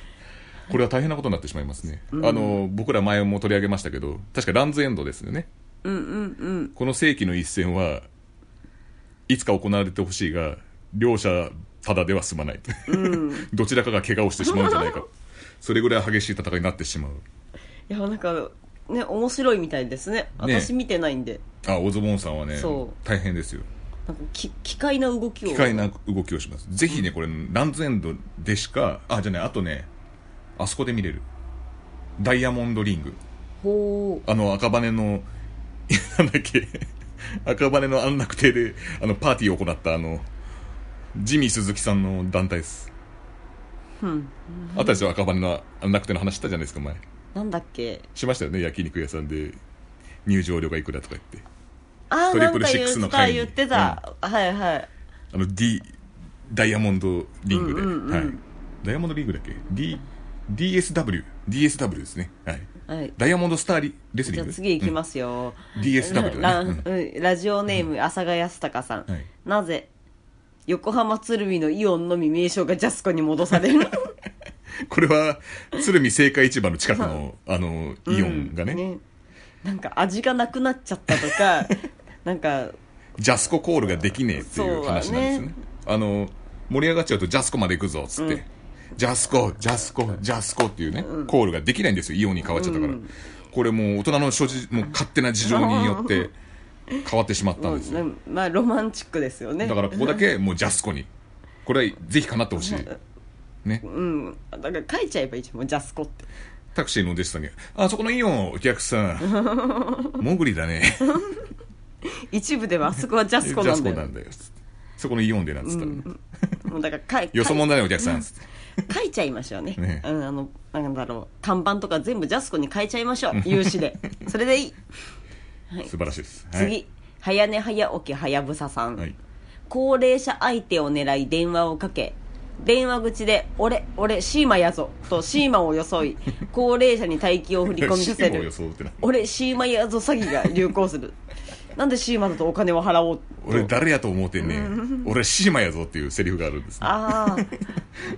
S1: これは大変なことになってしまいますね、あの僕ら前も取り上げましたけど確かランズエンドですよねこの世紀の一戦はいつか行われてほしいが両者ただでは済まない、 [LAUGHS] どちらかが怪我をしてしまうんじゃないかそれぐらい激しい戦いになってしまう
S2: いやなんかね面白いみたいですね
S1: ね
S2: 私見てないんで、
S1: あオズボーンさんはね
S2: そ
S1: 大変ですよ
S2: なんかき機械な動きを
S1: 機械な動きをしますぜひねこれランズエンドでしかあじゃあねあとねあそこで見れるダイヤモンドリング
S2: ほ
S1: あの、赤羽の、 [LAUGHS] なんだっけ、赤羽の安楽亭で、あの、パーティーを行った、あの、ジミー鈴木さんの団体です。あったでしょ、赤羽の安楽亭の話したじゃないですか、前。
S2: うなんだっけ
S1: しましたよね、焼肉屋さんで、入場料がいくらとか言って。
S2: ああ
S1: ト
S2: な
S1: リ
S2: ん
S1: プル
S2: か
S1: シ
S2: 言
S1: ックス
S2: っ
S1: の
S2: てた
S1: 会に
S2: 言ってた、はいはい
S1: あの、D、ダイヤモンドリングで。
S2: うんうんうん
S1: はい。ダイヤモンドリングだっけ ?D、DSW。DSW ですね。はい。
S2: はい
S1: ダイヤモンドスターリレスリ
S2: じ
S1: ン
S2: ゃあ
S1: グ
S2: 次行きますよ、
S1: うん DSW
S2: ラ
S1: だ
S2: ン
S1: ね。うん
S2: うんラジオネーム浅賀康隆さん、
S1: はい
S2: なぜ横浜鶴見のイオンのみ名称がジャスコに戻される
S1: これは鶴見青果市場の近くのあのイオン [LAUGHS] がね,、
S2: ねなんか味がなくなっちゃった
S1: [LAUGHS]
S2: とかなんか
S1: ジャスココールができねえっていう話なんですよ
S2: そう
S1: ね
S2: だね
S1: あの盛り上がっちゃうとジャスコまで行くぞっつって、ジャスコジャスコジャスコっていうね、コールができないんですよイオンに変わっちゃったから、これもう大人の諸事もう勝手な事情によって変わってしまったんですよ
S2: うんまあロマンチックですよね
S1: だからここだけもうジャスコにこれはぜひかなってほしいね
S2: うんだから書いちゃえばいいじゃんもうジャスコって
S1: タクシーのお弟子さんに「あそこのイオンお客さん
S2: [LAUGHS]
S1: モグリだね」
S2: 一部ではあそこはジャスコ
S1: ジ
S2: な
S1: ャ
S2: ん
S1: ス
S2: だ
S1: コ
S2: よ
S1: なんだよそこのイオンでなんつったら、
S2: もうだから書い
S1: よそ
S2: 書い
S1: もんだねお客さんつって
S2: 書いちゃいましょうね
S1: ね
S2: うん、あのなんだろう看板とか全部ジャスコに変えちゃいま
S1: [LAUGHS]
S2: しょう有志でそれでいい
S1: 素晴らしいです、は
S2: 次、
S1: い
S2: 早寝早起きはやぶささん、
S1: はい
S2: 高齢者相手を狙い電話をかけ電話口で「俺俺シーマやぞ」とシーマを
S1: [LAUGHS]
S2: 装い高齢者に大金を振り込みさせ
S1: シーマを
S2: る
S1: 装うってな
S2: 俺シーマやぞ詐欺が流行するなんでシーマだとお金を払おう
S1: 俺誰やと思うてんねん俺シーマやぞっていうセリフがあるんです、ね、
S2: ああ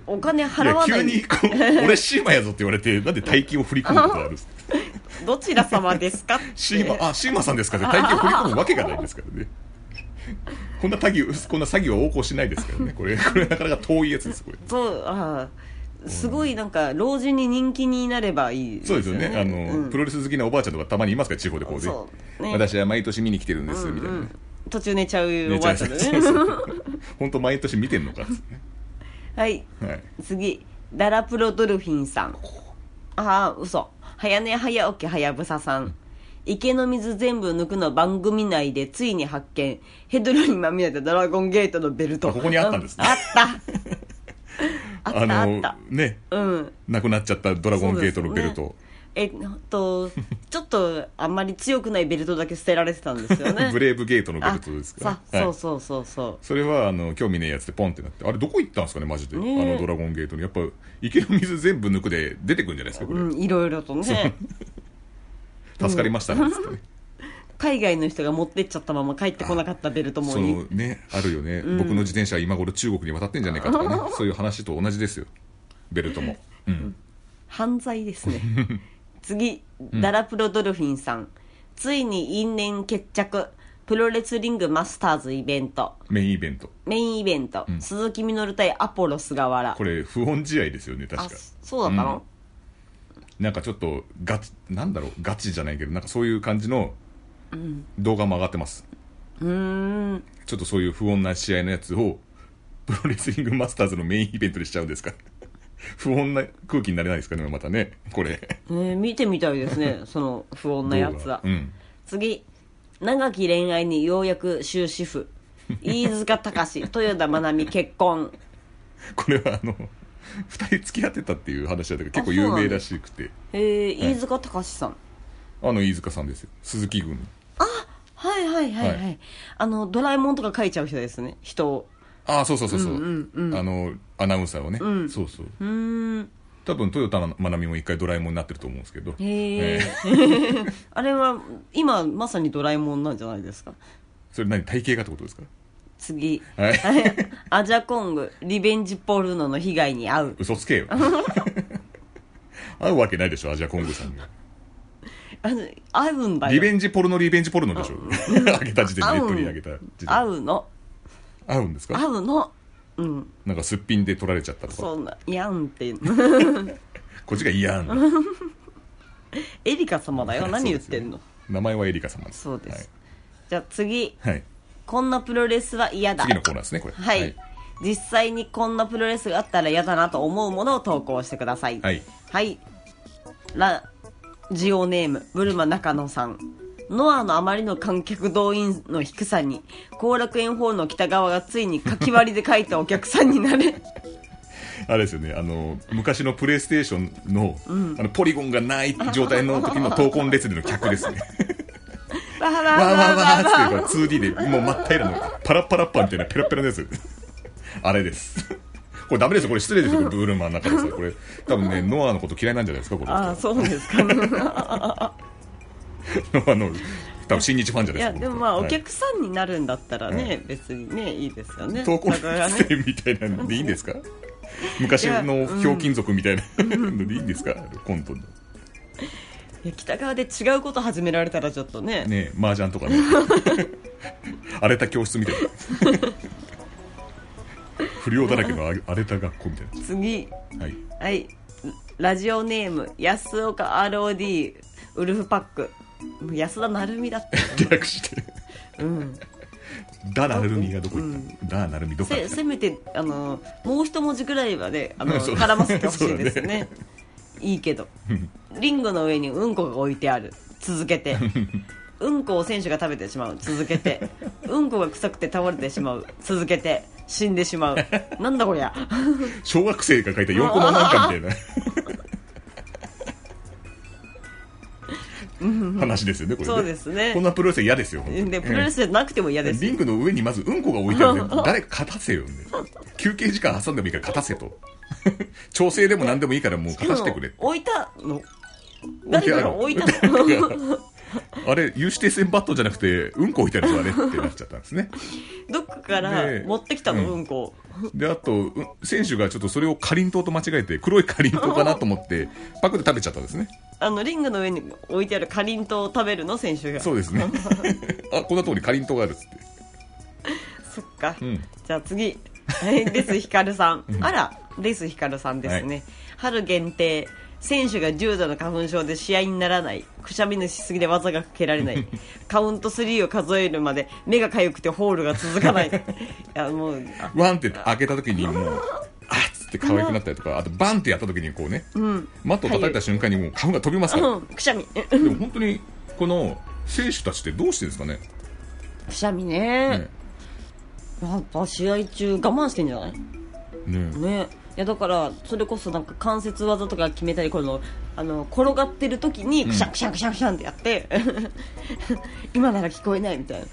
S2: お金
S1: い
S2: 払
S1: や
S2: わな
S1: 急
S2: い
S1: にこう [LAUGHS] 「俺シーマやぞ」って言われてなんで大金を振り込むことあるんです
S2: どちら様ですかって
S1: シーマあシーマさんですかって大金を振り込むわけがないです [LAUGHS] からねこんな詐欺こんな詐欺は横行しないですからねこれこれなかなか遠いやつですこれ
S2: そうああすごいなんか老人に人気になればいい
S1: そうですよねあの、
S2: うん
S1: プロレス好きなおばあちゃんとかたまにいますから地方でこうで
S2: そうね
S1: 私は毎年見に来てるんです、みたいなね、
S2: 途中寝ちゃうおばあちゃんだ
S1: めちゃめちゃ
S2: ね
S1: 本当毎年見てんのかっつってね
S2: はい
S1: はい
S2: 次ダラプロドルフィンさんああ嘘早寝早起きはやぶささん池の水全部抜くの番組内でついに発見ヘドロにまみれたドラゴンゲートのベルト
S1: あここにあったんですね
S2: あ
S1: [LAUGHS]
S2: ったあったあった
S1: ね
S2: うん
S1: 亡くなっちゃったドラゴンゲートのベルト、
S2: えっとちょっとあんまり強くないベルトだけ捨てられてたんですよ
S1: [LAUGHS]
S2: ね
S1: ブレイブゲートのベルトですから
S2: あさ
S1: はい
S2: そ
S1: う
S2: そうそうそ
S1: それはあの興味ねえやつでポンってなってあれどこ行ったんですかねマジで、
S2: ね
S1: あ
S2: え
S1: のドラゴンゲートにやっぱ池の水全部抜くで出てくるんじゃないですかこ
S2: う、
S1: れ、
S2: うん、いろいろとね
S1: 助かりましたねっつってね
S2: 海外の人が持ってっちゃったまま帰ってこなかったベルトも
S1: そ
S2: い
S1: の
S2: い
S1: ねあるよね、僕の自転車は今頃中国に渡ってんじゃないかとか
S2: [LAUGHS]
S1: ねそういう話と同じですよベルトも、うん、
S2: 犯罪です
S1: [LAUGHS]
S2: ね次ダラプロドルフィンさんついに因縁決着プロレスリングマスターズイベント
S1: メインイベント
S2: メインイベント、鈴木みのる対アポロ菅原
S1: これ不穏試合ですよね確
S2: あ
S1: か
S2: そうだったの、
S1: なんかちょっとガチなんだろうガチじゃないけどなんかそういう感じの動画も上がってますうんちょっとそういう不穏な試合のやつをプロレスリングマスターズのメインイベントにしちゃうんですか [LAUGHS] 不穏な空気になれないですかね、またね、これ。
S2: えー見てみたいですねその不穏なやつは、
S1: うん。
S2: 次長き恋愛にようやく終
S1: [LAUGHS]
S2: 止符飯塚隆豊田真奈美結婚
S1: これはあの、二人付き合ってたっていう話だったけど、結構有名らしくて。
S2: えー、飯塚隆さん
S1: あの、飯塚さんですよ。鈴木軍。
S2: はいはいはいはい、
S1: は
S2: あのドラえもんとか書いちゃう人ですね人を
S1: ああ、そうそうそうそう。
S2: うん
S1: あの、アナウンサーをね。そうそう。
S2: うーん
S1: 多分、豊田真奈美も一回ドラえもんになってると思うんですけど。
S2: へえ
S1: え
S2: あれは今まさにドラえもんなんじゃないですか
S1: それ何体型がってことですか
S2: 次
S1: はい。
S2: [LAUGHS] アジャコングリベンジポルノの被害に遭う
S1: 嘘つけよ。 [LAUGHS] 会うわけないでしょ、アジアコングさんが。
S2: あの会うんだよ
S1: リベンジポルノ、リベンジポルノでしょ。 [LAUGHS] あげた時点で、ネットにあげた時点で。
S2: 会うの
S1: 合うんです
S2: 会
S1: か
S2: うのうん
S1: なんかすっぴんで取られちゃったとか。
S2: そんなやんっていうの
S1: こっちが嫌な。
S2: エリカ
S1: [LAUGHS]
S2: 様だよ何言ってんの
S1: 名前はエリカ様です。
S2: そうですじゃあ次
S1: はい。はい。
S2: こんなプロレスは嫌だ
S1: 次のコーナーですね、これ。
S2: はい、
S1: はい。
S2: 実際にこんなプロレスがあったら嫌だなと思うものを投稿してください
S1: はい、
S2: はいラジオネームブルマ中野さんノアのあまりの観客動員の低さに後楽園ホールの北側がついにかき割りで書いたお客さんになれ
S1: あれですよね、あの、昔のプレイステーションの、あの、ポリゴンがない状態の時の闘魂列での客です
S2: [LAUGHS]
S1: ね。
S2: わーわ
S1: [LAUGHS]
S2: ー
S1: わーわー
S2: わ
S1: わ
S2: ーわ
S1: ー
S2: ー
S1: っつってこれ 2D で、もう真っ平らの、パラッパラッパみたいなペラペラのやつ。あれです。 [LAUGHS] これダメですよ、これ失礼ですよ、ブルーマン中野さん。これ、多分ね、ノアのこと嫌いなんじゃないですか、これ。
S2: ああそうですか、ね、
S1: ノアの、多分新日ファンじゃ
S2: い
S1: ないです
S2: や
S1: か。
S2: でもまあ
S1: この
S2: お
S1: 人
S2: 客さんになるんだったらね、
S1: は
S2: 別にねいいですよね
S1: 投稿
S2: だからね
S1: 生みたいなのでいいんです
S2: [LAUGHS]
S1: か昔のひょうきん族みたいなのでいいんです
S2: [LAUGHS]
S1: か、コントの
S2: いや北側で違うこと始められたらちょっとね
S1: ね麻雀とかね荒れた教室みたいな不良だらけの荒れた学校みたい
S2: 次
S1: な、はい、
S2: はいラジオネーム安岡 ROD ウルフパックもう安田成美だって
S1: 略して「だなるみ」がどこ行った「だなるみ」どこ行
S2: せ [LAUGHS]
S1: った
S2: せめてあのもう一文字ぐらいはねあの
S1: [LAUGHS] そう
S2: 絡ませてほしいです
S1: そうだ
S2: ねいいけどリンゴの上にうんこが置いてある続
S1: [LAUGHS]
S2: けてうんこを選手が食べてしまう続けてうんこが臭くて倒れてしまう続けて死んでしまうなんだこりゃ
S1: 小学生が書いた4コマなんかみたいな話ですよねこれ
S2: そうですね
S1: こんなプロレス嫌ですよ本当に
S2: でプロレスじゃなくても嫌です
S1: リングの上にまずうんこが置いてあ
S2: [LAUGHS]
S1: るんで、誰か勝たせよ、ね。休憩時間挟んでもいいから勝たせと。 [LAUGHS] 調整でも何でもいいからもう勝たせてくれ。
S2: 置いたの誰かが置いたの [LAUGHS]
S1: あれ、有刺鉄線バットじゃなくて、うんこ置いてあるぞ、あれってなっちゃったんです
S2: [LAUGHS]
S1: ね。
S2: どっかから
S1: で
S2: 持ってきたの、
S1: う
S2: うんこを。
S1: で、あと、う選手がちょっとそれをかりんとうと間違えて、黒いかりんとうかなと思
S2: [LAUGHS]
S1: って、パクで食べちゃったんですね。
S2: あの、リングの上に置いてあるかりんとうを食べるの、選手が。
S1: そうですね。
S2: [LAUGHS]
S1: あ、こんなとこにかりんとうがあるっつって。
S2: そっか。
S1: うん
S2: じゃあ次。はいレスヒカルさん。あら、レスヒカルさんですね。春限定。選手が重度の花粉症で試合にならない。くしゃみのしすぎで技がかけられ [LAUGHS] ない。カウント3を数えるまで目がかゆくてホールが続か [LAUGHS] ない。いや、もう、
S1: ワンって開けた時にもう、あっつって可愛くなったりとか、あとバンってやった時にこうね、マットを叩いた瞬間にもう花粉が飛びますから。
S2: うん、くしゃみ。
S1: でも本当にこの選手たちってどうしてるんですかね
S2: くしゃみね
S1: ね。
S2: やっぱ試合中我慢してんじゃない
S1: ね
S2: ねいやだからそれこそなんか関節技とか決めたりこのあの転がってる時にクシャンクシャンクシャンクシャンってやって、 [LAUGHS] 今なら聞こえないみたいな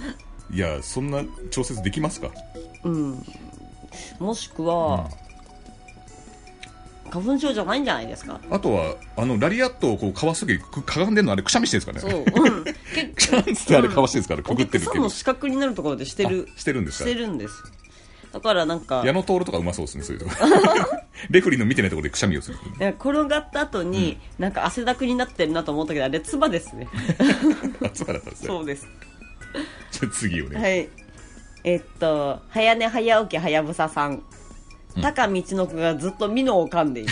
S2: い
S1: やそんな調節できますか
S2: もしくは、花粉症じゃないんじゃないですか
S1: あとはあのラリアットをこうかわす時くかがんでるのあれくしゃみしてるんですか [LAUGHS]
S2: そう、
S1: ね
S2: うん、
S1: く
S2: 結
S1: しゃんつってあれかわしてるんですから
S2: 構お
S1: くぐって
S2: 客
S1: る
S2: さ
S1: け
S2: んの
S1: ど
S2: 視覚になるところでしてる
S1: あしてるんです
S2: し
S1: か
S2: てるんですだからなんか
S1: 矢野徹とかうまそうですねそういうとこ [LAUGHS] レフェリーの見てないところでくしゃみをする
S2: いや転がった後に、なんか汗だくになってるなと思ったけどあれ唾ですね
S1: あ [LAUGHS] そうだったんですね
S2: そうです
S1: じゃあ次をね、
S2: はい。えっと、早寝早起きはやぶささん。高道の子がずっとミノを噛んで
S1: [LAUGHS]
S2: いる。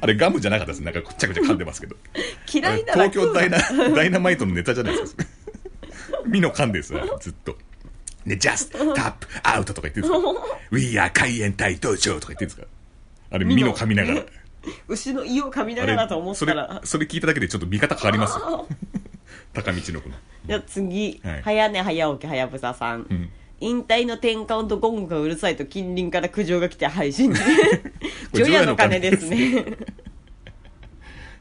S1: あれガムじゃなかったですねなんかこっちゃくちゃ噛んでますけど
S2: 嫌いなら
S1: 東
S2: 食う
S1: 京
S2: な
S1: ダイナダイナマイトのネタじゃないですか [LAUGHS] それミノ噛んでさずっとね、ジャスト、タップ、アウトとか言ってるんですか ?We are 海援隊登場とか言ってるんですかあれ、身の噛みながら。
S2: 牛の胃を噛みな
S1: あ
S2: が
S1: れ
S2: らと思っ
S1: そ
S2: た
S1: れ
S2: ら、
S1: それ聞いただけでちょっと見方変わりますよ [LAUGHS] 高道の子の。
S2: じゃあ次、
S1: はい
S2: 早寝早起きはやぶささん、
S1: ん
S2: 引退の転換とゴングがうるさいと近隣から苦情が来て
S1: [LAUGHS]
S2: 配信
S1: れ
S2: 除
S1: 除夜
S2: 夜
S1: の
S2: の
S1: 鐘
S2: 鐘
S1: で
S2: ですすね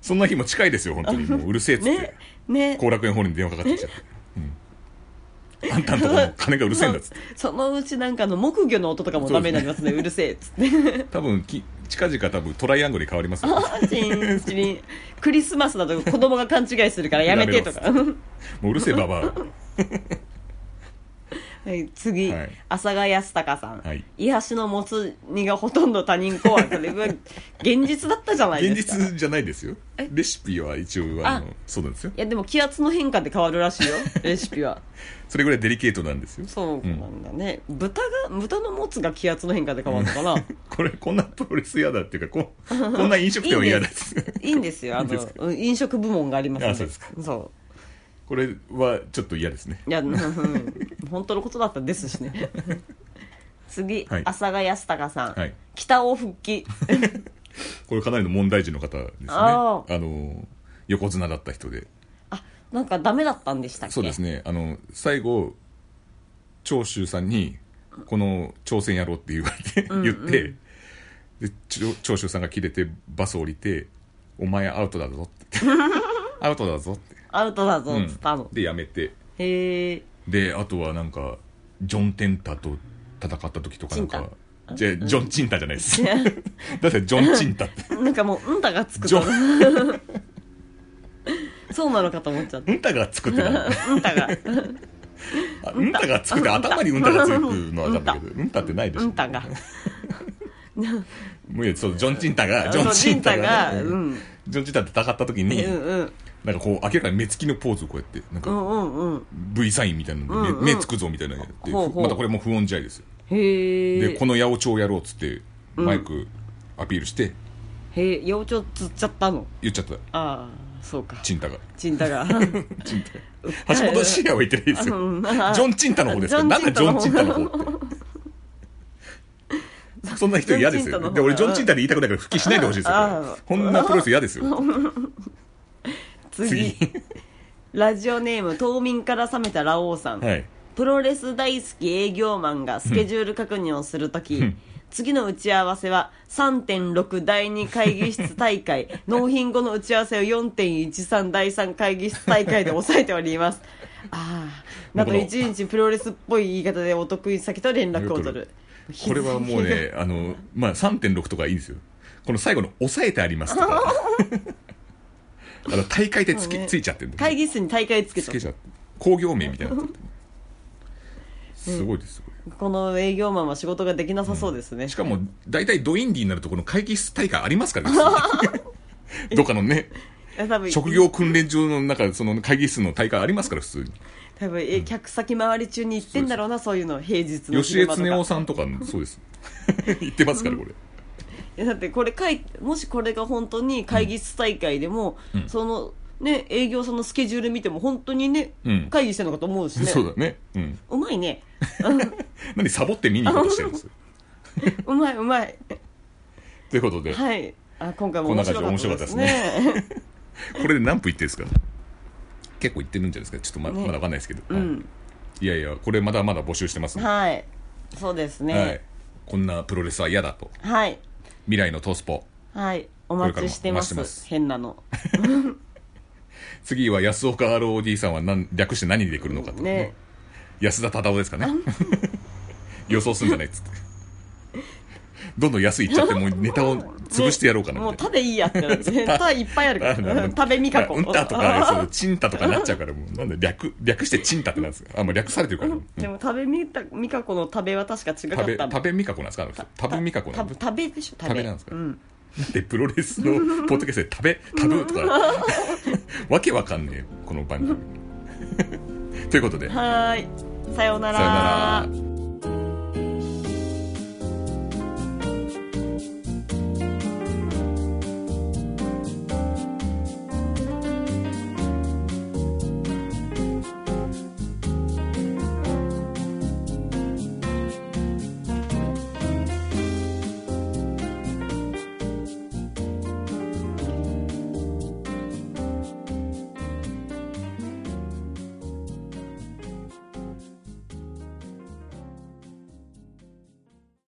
S1: そんな日も近いですよ、本当に。もううるせえっつって
S2: ね。ね
S1: 後楽園ホールに電話かかってきちゃって。うん。あんたんとこの金がうるせえんだっつ
S2: [LAUGHS]
S1: って。
S2: そのうちなんかあの木魚の音とかもダメになりますねうるせえっつって
S1: 多分き、近々多分トライアングルに変わりますよ。
S2: あー [LAUGHS] チリンチリンクリスマスだと子供が勘違いするからやめてとか
S1: もううるせえババア。
S2: [LAUGHS] はい次、
S1: はい
S2: 浅賀康隆さん、
S1: はい
S2: 癒しのもつ煮がほとんど他人考案これ
S1: [LAUGHS]
S2: は現実だったじゃない
S1: 現
S2: ですか
S1: 実じゃないですよ。レシピは一応、あの
S2: あ、
S1: そうなんですよ。
S2: いやでも気圧の変化で変わるらし
S1: [LAUGHS]
S2: いよレシピは
S1: それぐらいデリケートなんですよ。
S2: そうなんだね、豚が豚のもつが気圧の変化で変わるのかな
S1: これ、こんなプロレス嫌だっていうか、こ
S2: [LAUGHS]
S1: うこんな飲 [LAUGHS] 食店は嫌だっつって。
S2: いいんですよあ
S1: いいんで
S2: の
S1: す
S2: うん飲食部門がありますん
S1: あそうですか
S2: そ
S1: これはちょっと嫌ですね。
S2: ういやうん [LAUGHS] 本当のことだったんですしね [LAUGHS] 次、
S1: はい
S2: 浅賀康隆さん、
S1: はい
S2: 北を復帰
S1: これかなりの問題児の方ですね。あ
S2: あ
S1: の、横綱だった人で。
S2: あなんかダメだったんでしたっけ
S1: そうですね。あの、最後、長州さんに、この挑戦やろうって言われて、言って、で長長州さんが切れて、バス降りて、お前アウトだぞ
S2: [LAUGHS]
S1: って。アウトだぞって。
S2: アウトだぞ
S1: う
S2: っつったの、
S1: ん、で、やめて。
S2: へえ
S1: で、あとはなんか、ジョン・テンタと戦った時とかなん
S2: チ
S1: か
S2: ン、
S1: じゃあジョン・チンタじゃない
S2: [LAUGHS]
S1: です。だってジョン・チンタって。
S2: なんかもう「うんた」がつく
S1: ジ
S2: と
S1: ョン、
S2: そうなのかと思っちゃっ
S1: うんたがつくってなんだ
S2: た「うんた」が
S1: あうんたがつくて頭にうんたがつくのは分かるけどうんたってない
S2: 「
S1: でしょ
S2: うんた」が
S1: もういやそうジョン・チンタがジ
S2: そう
S1: ョン・チンタが
S2: ジョンチンタが
S1: う
S2: うん
S1: ジョン・チンタと戦った時
S2: う
S1: に
S2: んうん
S1: なんかこう明らかに目つきのポーズをこうやってなん
S2: う
S1: か
S2: んうんうん
S1: V サインみたいなので
S2: うんうん
S1: 目目つくぞみたいなのやって
S2: ほうほう
S1: またこれも不穏試合ですよ
S2: へ
S1: で
S2: え
S1: この八百長やろうっつってマイクアピールして
S2: へえ幼鳥釣っちゃったの
S1: 言っちゃった
S2: ああそうか
S1: チンタが
S2: ちん
S1: [LAUGHS]
S2: たが
S1: チンタ橋本慎也は言ってないですよ
S2: うん
S1: ジョン・チンタの方ですけどなんだジ
S2: ジョ
S1: ョン・
S2: ン
S1: チ
S2: チ
S1: ン
S2: ン
S1: タ
S2: タ
S1: の
S2: の
S1: 方って [LAUGHS] そんな人嫌です
S2: ジョンチンタの
S1: よ
S2: 方
S1: で俺ジョン・チンタで言いたくないから復帰しないでほしいですよ
S2: あ
S1: こんなプロレス嫌ですよ
S2: [LAUGHS] 次ラジオネーム冬眠から覚めたラオウさん、
S1: はい
S2: プロレス大好き営業マンがスケジュール確認をするとき、次の打ち合わせは3.6第2会議室大会
S1: [LAUGHS]
S2: 納品後の打ち合わせを4.13第3会議室大会で抑えてお
S1: [LAUGHS]
S2: りますああなど1日プロレスっぽい言い方でお得意先と連絡を取る
S1: これはもうね、あの、まあ、3.6とかいいですよ。この最後の抑えてありますと
S2: [LAUGHS]
S1: か。あの、大会でつき、
S2: そうね
S1: ついちゃってるんだ
S2: 会議室に大会つけ
S1: つ
S2: ちゃ
S1: け
S2: う
S1: ちゃって。工業名みたいになっちゃってるすごいです、これ
S2: この営業マンは仕事ができなさそうですね、
S1: しかも、大体ドインディになるとこの会議室大会ありますから
S2: [LAUGHS]
S1: ね。どっかのね、
S2: 多分
S1: 職業訓練場の中でその会議室の大会ありますから、普通に。
S2: 多分え客先回り中に行ってんだろうなそういうの平日の
S1: 吉江
S2: とか
S1: 恒夫さんとか、そう
S2: [LAUGHS]
S1: です。言ってますから、これ。
S2: いやだってこれかいもしこれが本当に会議室大会でも、そのね営業さんのスケジュール見ても本当にね、
S1: うん
S2: 会議してるのかと思うしね
S1: そうだね。うん。
S2: うまいね
S1: 何サボって見に行こうとしてるん
S2: [LAUGHS]
S1: ですよ。
S2: うまい
S1: [LAUGHS]
S2: うまい
S1: ということで。
S2: はいあ今回も
S1: こんな
S2: 面
S1: 感じ
S2: 白
S1: で
S2: かったですね
S1: 面これで何分いってるんですか結構いってるんじゃないですかちょっとま,、
S2: ね
S1: まだわかんないですけど、
S2: う
S1: は
S2: ん
S1: いいやいやこれまだまだ募集してますんで
S2: はいそうです
S1: はい
S2: ね
S1: こんなプロレスは嫌だと
S2: はいはい、
S1: 未来のトースポ
S2: お待ちしてま
S1: これから
S2: す
S1: もお待ちしてます
S2: 変なの
S1: 次は安岡 ROD さんは何略して何で来るのかと、
S2: ね
S1: 安田忠夫ですかね [LAUGHS] 予想するんじゃないっつってどんどん安いっちゃってもうネタを潰してやろうかな
S2: もう
S1: みたい
S2: たでいいやってなる絶対いっぱいある
S1: [LAUGHS]
S2: か
S1: な
S2: ら食べみかこ
S1: うんたとかそうちんたとかなっちゃうからもうなんだ略略してちんたってなんですよあもう略されてるから、
S2: でも食べみたみかこの食べは確か違か
S1: 食べ
S2: った
S1: 食べみかこなんですかあの人食べみかこな
S2: 多
S1: んで
S2: 分食べでしょ
S1: 食べなんですか
S2: うん
S1: でプロレスのポッドキャストで食べ食べとか
S2: [LAUGHS]
S1: わけわかんねえよこの番組ということでさよ
S2: はーい。さような
S1: なら
S2: ら。